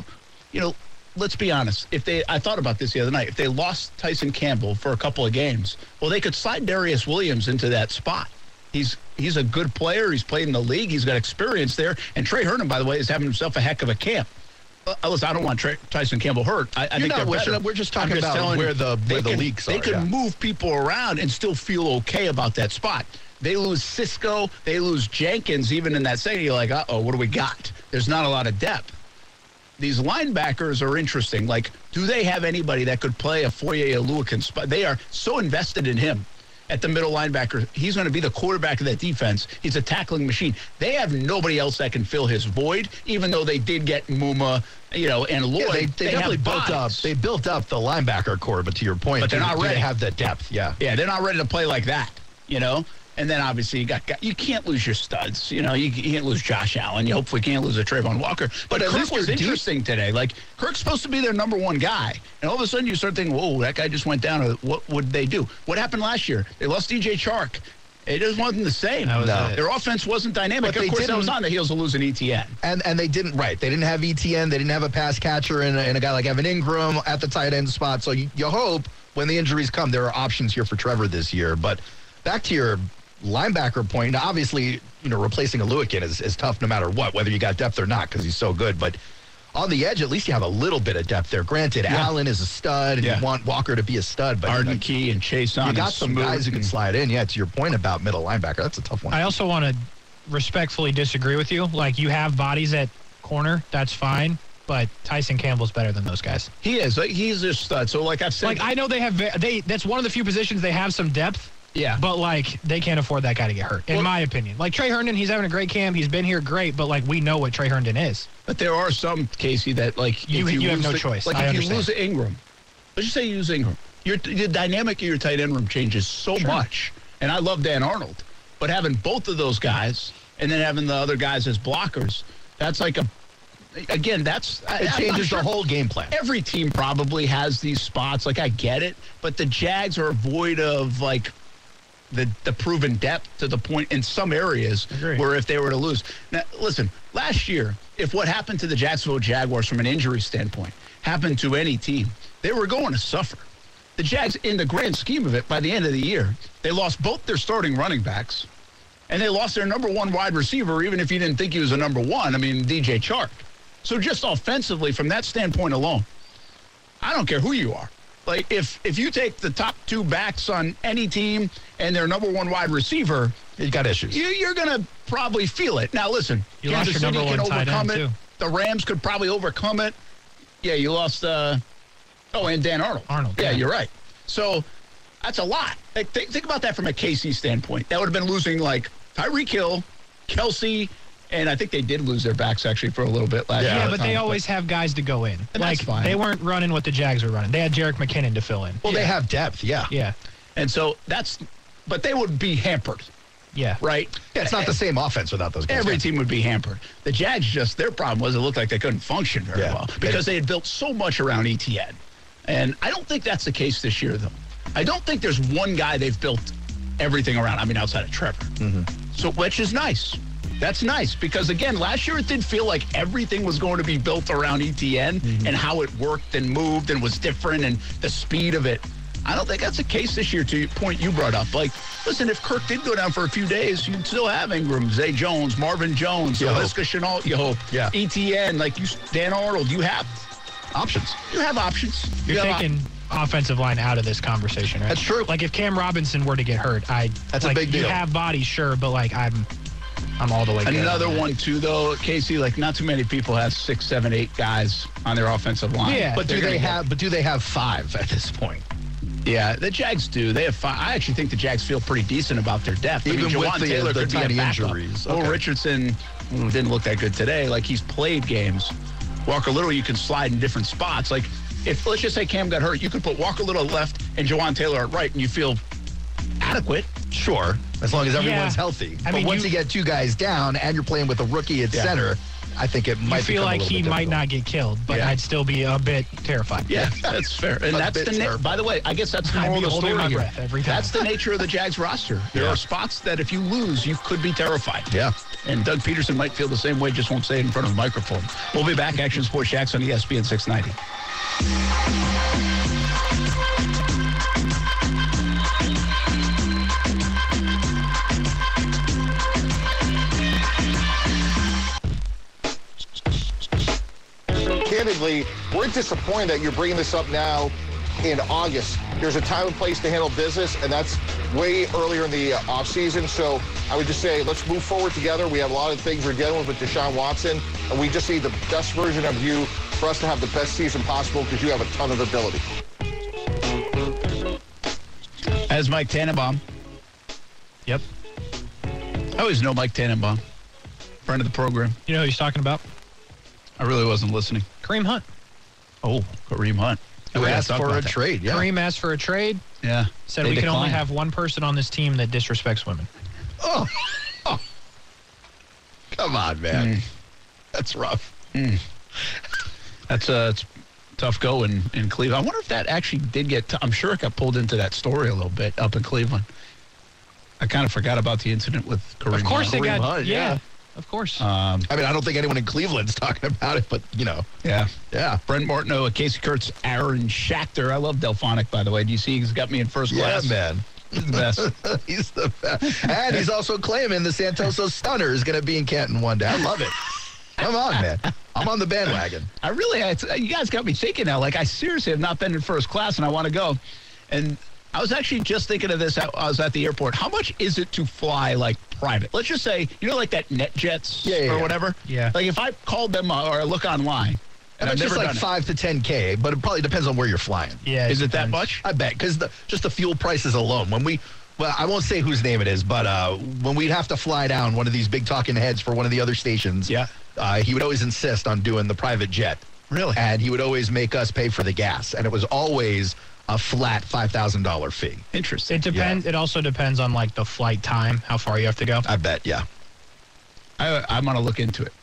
you know, let's be honest. If they, I thought about this the other night. If they lost Tyson Campbell for a couple of games, well, they could slide Darius Williams into that spot. He's he's a good player. He's played in the league. He's got experience there. And Trey Herndon, by the way, is having himself a heck of a camp. Uh, listen, I don't want Trey, Tyson Campbell hurt. I, I You're think not they're wishing better. it. We're just I'm talking about telling you, where the- they where the can- leaks They are, could yeah. move people around and still feel okay about that spot. They lose Cisco. They lose Jenkins. Even in that second, you're like, uh oh, what do we got? There's not a lot of depth these linebackers are interesting. Like, do they have anybody that could play a Foyer Aluakin spot? They are so invested in him at the middle linebacker. He's going to be the quarterback of that defense. He's a tackling machine. They have nobody else that can fill his void, even though they did get Muma, you know, and Lloyd. Yeah, they, they, definitely have built up. bodies. They built up the linebacker core, but to your point, But they're do- not do they ready. have the depth. Yeah, Yeah, they're not ready to play like that, you know. And then obviously you got, got you can't lose your studs, you know. You, you can't lose Josh Allen. You hopefully can't lose a Trayvon Walker. But, at Kirk least was you're deep. interesting today. Like Kirk's supposed to be their number one guy, and all of a sudden you start thinking, "Whoa, that guy just went down." Or, What would they do? What happened last year? They lost DJ Chark. It just wasn't the same. That was No. it. Their offense wasn't dynamic. But of they course, that was didn't- on the heels of losing E ETN. and and they didn't right. They didn't have ETN. They didn't have a pass catcher and a, and a guy like Evan Ingram at the tight end spot. So you, you hope when the injuries come, there are options here for Trevor this year. But back to your linebacker point, obviously you know replacing a Lewican is, is tough no matter what, whether you got depth or not, because he's so good. But on the edge, at least you have a little bit of depth there. Granted, Allen is a stud, and Yeah. you want Walker to be a stud, but Arden like, Key and Chase on. you got some guys who can slide in. Yeah, to your point about middle linebacker, that's a tough one. I also want to respectfully disagree with you. Like, you have bodies at corner. That's fine. But Tyson Campbell's better than those guys. He is. Like, he's a stud. So, like I've said, Like, I know they have, ve- they, that's one of the few positions they have some depth. yeah. But like they can't afford that guy to get hurt, in Well- my opinion. Like Trey Herndon, he's having a great camp. He's been here great, but like we know what Trey Herndon is. But there are some, Casey, that like You- if you have lose no the- choice. Like I if you understand. lose Ingram, let's just say you lose Ingram, your the dynamic of your tight end room changes so much. And I love Dan Arnold, but having both of those guys and then having the other guys as blockers, that's like a again, that's I- I'm It not changes sure the whole game plan. every team probably has these spots. Like I get it, but the Jags are void of like the the proven depth to the point in some areas Agreed. where if they were to lose. Now listen, last year, if what happened to the Jacksonville Jaguars from an injury standpoint happened to any team, they were going to suffer. The Jags, in the grand scheme of it, by the end of the year, they lost both their starting running backs. And they lost their number one wide receiver, even if you didn't think he was a number one. I mean, DJ Chark. So just offensively, from that standpoint alone, I don't care who you are. Like if if you take the top two backs on any team and their number one wide receiver, It got issues. you, you're gonna probably feel it. Now listen, You lost your number one tight end, overcome it. too. The Rams could probably overcome it. Yeah, you lost. Uh, oh, and Dan Arnold. Arnold, Yeah, yeah. you're right. So that's a lot. Like think, think about that from a KC standpoint. That would have been losing like Tyreek Hill, Kelsey, and I think they did lose their backs actually for a little bit last year. Um, Yeah, but they always have guys to go in. that's like fine. they weren't running what the Jags were running. They had Jarek McKinnon to fill in. Well, they have depth, yeah. Yeah, And so that's, but they would be hampered, yeah. right? Yeah, it's not the same offense without those guys. Every team would be hampered. The Jags just their problem was it looked like they couldn't function very Yeah. well because they had built so much around ETN, and I don't think that's the case this year though. I don't think there's one guy they've built everything around. I mean, outside of Trevor, Mm-hmm. so which is nice. That's nice because again, last year it did feel like everything was going to be built around ETN Mm-hmm. and how it worked and moved and was different and the speed of it. I don't think that's the case this year. To your point you brought up, like, listen, if Kirk did go down for a few days, you'd still have Ingram, Zay Jones, Marvin Jones, You Laviska Chenault, you hope, Yeah. ETN, like you, Dan Arnold, you have options. you have options. You're You have op- taking offensive line out of this conversation, right? That's true. Like if Cam Robinson were to get hurt, I That's a like, big You deal. have bodies, sure, but like I'm, I'm all the way. good. Another one too, though, Casey. Like, not too many people have six, seven, eight guys on their offensive line. Yeah. But They're do gonna they get- have but do they have five at this point? Yeah, the Jags do. They have five. I actually think the Jags feel pretty decent about their depth. I mean, Even with Jawan the- uh, Taylor the could be a tiny backup. injuries. Will Okay. Richardson mm, didn't look that good today. Like he's played games. Walker Little, you can slide in different spots. Like if let's just say Cam got hurt, you could put Walker Little at left and Jawan Taylor at right, and you feel adequate. Sure. As long as everyone's Yeah. healthy. I but mean, once you- you, get two guys down and you're playing with a rookie at Yeah. center, I think it You might become feel a like little he bit might difficult. not get killed, but Yeah. I'd still be a bit terrified. Yeah, that's fair. And A that's bit the na- terrible. by the way, I guess that's the I'd moral of be the holding story my here. breath every time. That's the nature of the Jags roster. There Yeah. are spots that if you lose, you could be terrified. Yeah. And Doug Peterson might feel the same way, just won't say it in front of a microphone. We'll be back. Action Sports Jacks on E ESPN 690. candidly, we're disappointed that you're bringing this up now in August. There's a time and place to handle business, and that's way earlier in the uh, offseason. So I would just say let's move forward together. We have a lot of things we're dealing with with Deshaun Watson, and we just need the best version of you for us to have the best season possible because you have a ton of ability. As Mike Tannenbaum. Yep. I always know Mike Tannenbaum, friend of the program. You know who he's talking about? I really wasn't listening. Kareem Hunt. Oh, Kareem Hunt. who We gotta asked talk for about a that. trade, yeah. Kareem asked for a trade. Yeah. Said They we can only declined. have one person on this team that disrespects women. Come on, man. That's rough. That's a it's a tough go in, in Cleveland. I wonder if that actually did get. i I'm sure it got pulled into that story a little bit up in Cleveland. I kind of forgot about the incident with Kareem. Of course they Hunt. got. Hunt, yeah. Uh, yeah. Of course. I mean, I don't think anyone in Cleveland's talking about it, but you know, Yeah. yeah. Brent Martineau, uh, Casey Kurtz, Aaron Schachter. I love Delphonic, by the way. Do you see he's got me in first Yeah, class? man. He's the best. He's the best. And he's also claiming the Santoso Stunner is going to be in Canton one day. I love it. Come on, man. I'm on the bandwagon. I really, I, you guys got me thinking now. Like, I seriously have not been in first class, and I want to go. And I was actually just thinking of this. I, I was at the airport. How much is it to fly like private? Let's just say, you know, like that NetJets Yeah, yeah, or yeah. whatever. Yeah. Like if I called them uh, or I look online, and And I've it's never just like done five to ten k, but it probably depends on where you're flying. yeah. it. Is it that depends. much? I bet because the, just the fuel prices alone. When we, well, I won't say whose name it is, but uh, when we'd have to fly down one of these big talking heads for one of the other stations, Yeah. uh, he would always insist on doing the private jet. Really? And he would always make us pay for the gas, and it was always a flat five thousand dollar fee. Interesting. It depends. It also depends on like the Uh, flight time, how far you have to go. I bet, yeah. I, I'm gonna look into it.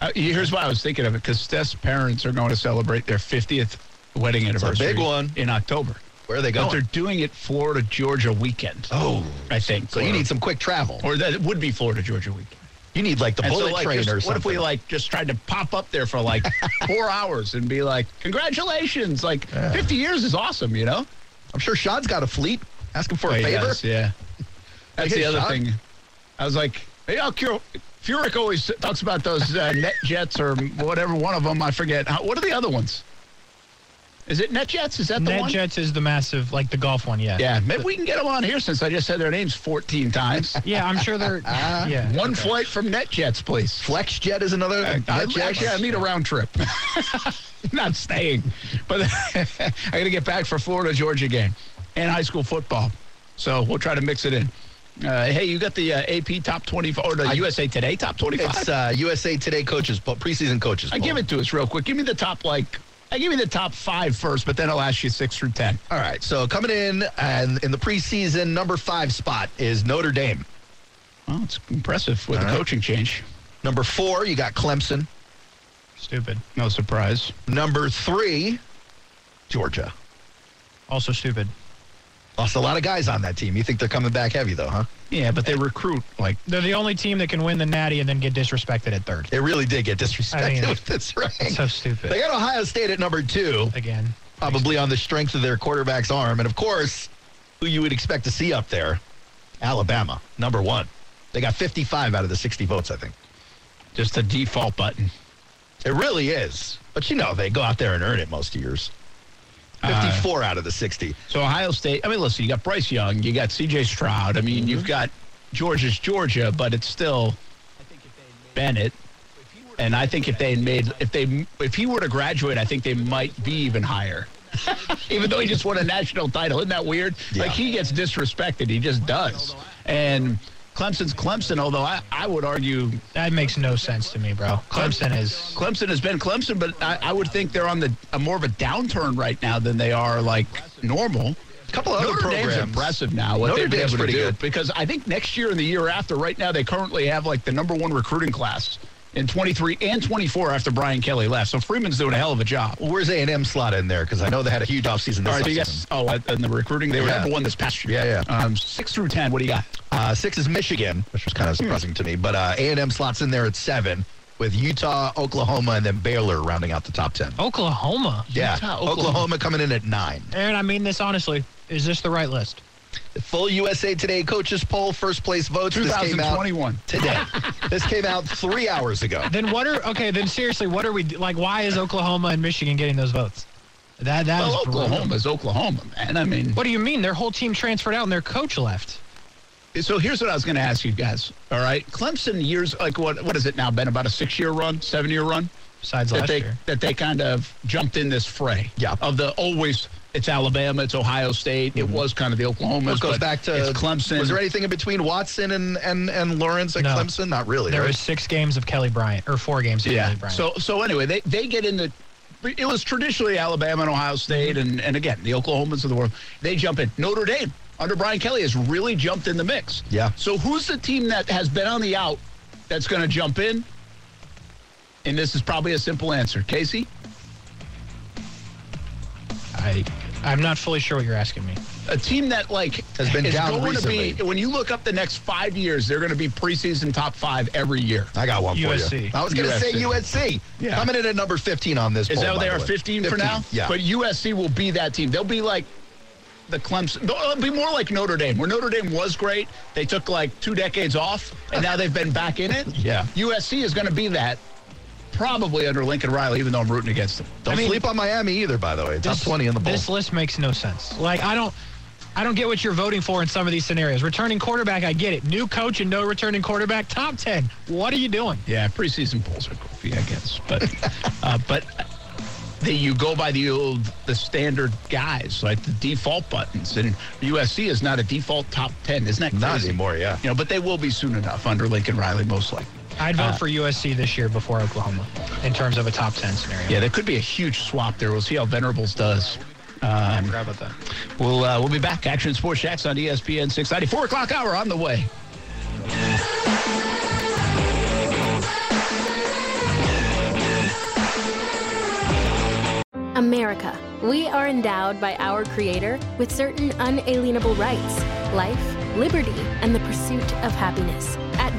Uh, here's why I was thinking of it because Steph's parents are going to celebrate their 50th wedding a anniversary. big one. in October. Where are they But they're going? doing it Florida Georgia weekend. Oh, I think. so you need some quick travel. or that it would be Florida Georgia weekend. You need like the And bullet so, like, train just- or something. What if we like just tried to pop up there for like four hours and be like, "Congratulations! Like 50 years is awesome," you know? I'm sure Shad's got a fleet. Ask him for a Hey, favor. yes, yeah. That's Hey, the other Sean. thing. I was like, hey, I'll cure. Furyk always talks about those uh, net jets or whatever one of them. I forget. How, what are the other ones? Is it net jets? Is that the one? NetJets is the massive, like the golf one, yeah. Yeah, maybe we can get them on here since I just said their names 14 times. Yeah, I'm sure they're. yeah. one flight from NetJets, please. FlexJet is another. I, I- NetJets. actually, I need a round trip. Not staying, but I got to get back for Florida Georgia game and high school football. So we'll try to mix it in. Uh, hey, you got the uh, AP top 25 or the USA Today top 25? It's uh, USA Today coaches, poll- preseason coaches. I poll. give it to us real quick. Give me the top like I give me the top five first, but then I'll ask you six through ten. All right. So coming in and in the preseason number five spot is Notre Dame. Well, it's impressive with All the right. coaching change. Number four, you got Clemson. Stupid. No surprise. Number three, Georgia. Also stupid. Lost a lot of guys on that team. You think they're coming back heavy though, huh? Yeah, but they recruit like They're the only team that can win the Natty and then get disrespected at third. They really did get disrespected I mean, with this rank. So stupid. They got Ohio State at number two, Again. probably on the strength of their quarterback's arm, and of course, who you would expect to see up there, Alabama, number one. They got 55 out of the 60 votes, I think. just a default button. It really is, but you know they go out there and earn it most years. 54 out of the 60. So Ohio State. I mean, listen, you got Bryce Young, you got C.J. Stroud. I mean, you've got Georgia's Georgia, but it's still Bennett. And I think if they had made if they if he were to graduate, I think they might be even higher. even though he just won a national title, isn't that weird? Like Yeah. he gets disrespected, he just does. And Clemson's Clemson, although I, I would argue That makes no sense to me, bro. Clemson is. Clemson has been Clemson, but I, I would think they're on the a more of a downturn right now than they are like normal. A couple of other Notre Dame's programs- impressive now. What Notre they've been Dame's able to pretty do, good. because I think next year and the year after, right now they currently have like the number one recruiting class in 23 and 24 after Brian Kelly left. So Freeman's doing a hell of a job. All Where's A&M slot in there? Because I know they had a huge offseason this right, so offseason. you got- oh, and the recruiting they were Yeah. number one this past year. Yeah, yeah. Um, six through ten. What do you got? Uh, six is Michigan, which was kind Hmm. of surprising to me. But uh, A&M slots in there at seven with Utah, Oklahoma, and then Baylor rounding out the top ten. Oklahoma. yeah, Oh, Utah, Oklahoma. Oklahoma. coming in at nine. Aaron, I mean this honestly. Is this the right list? The full USA Today coaches poll, first place votes. This came out 2021. today. this came out three hours ago. Then what are okay? Then seriously, what are we like? Why is Oklahoma and Michigan getting those votes? That that Well, is brutal. Oklahoma's Oklahoma, man. I mean, What do you mean? Their whole team transferred out and their coach left. So here's what I was going to ask you guys. All right, Clemson years like what what is it now been about a six year run, seven year run Besides that last they year, that they kind of jumped in this fray. Yeah. Mm-hmm. Of the always it's Alabama, it's Ohio State, it was kind of the Oklahoma. It goes back it's to Clemson. Was there anything in between Watson and and, and Lawrence at No. Clemson? Not really. there right? was six games of Kelly Bryant or four games of yeah. Kelly Bryant. So so anyway, they they get in the. It was traditionally Alabama and Ohio State, and and again the Oklahomans of the world. They jump in. Notre Dame under Brian Kelly has really jumped in the mix. Yeah. So who's the team that has been on the out that's going to jump in? And this is probably a simple answer, Casey. I I'm not fully sure what you're asking me. A team that like Has been is down going recently. to be when you look up the next five years, they're going to be preseason top five every year. I got one for you. USC. I was going to say USC. Yeah. Coming in at number 15 on this Is poll, that what by they the are? way. 15, for now? Yeah. But USC will be that team. They'll be like the Clemson. They'll uh, be more like Notre Dame, where Notre Dame was great. They took like two decades off, and now they've been back in it. Yeah. USC is going to be that, probably under Lincoln Riley, even though I'm rooting against them. Don't I mean, sleep on Miami either, by the way. Top 20 in the poll. This list makes no sense. Like I don't I don't get what you're voting for in some of these scenarios. Returning quarterback, I get it. New coach and no returning quarterback, top ten. What are you doing? Yeah, preseason polls are goofy, I guess, but uh, but the, you go by the old the standard guys, like the default buttons, and USC is not a default top ten, isn't that crazy? Not anymore, yeah. You know, but they will be soon enough under Lincoln Riley, most likely. I'd Uh, vote for USC this year before Oklahoma in terms of a top ten scenario. Yeah, there could be a huge swap there. We'll see how Venerables does. Um, I forgot about that. We'll uh, we'll be back. Action Sports Shacks on E ESPN 690. Four o'clock hour on the way. America. We are endowed by our Creator with certain unalienable rights life, liberty, and the pursuit of happiness. At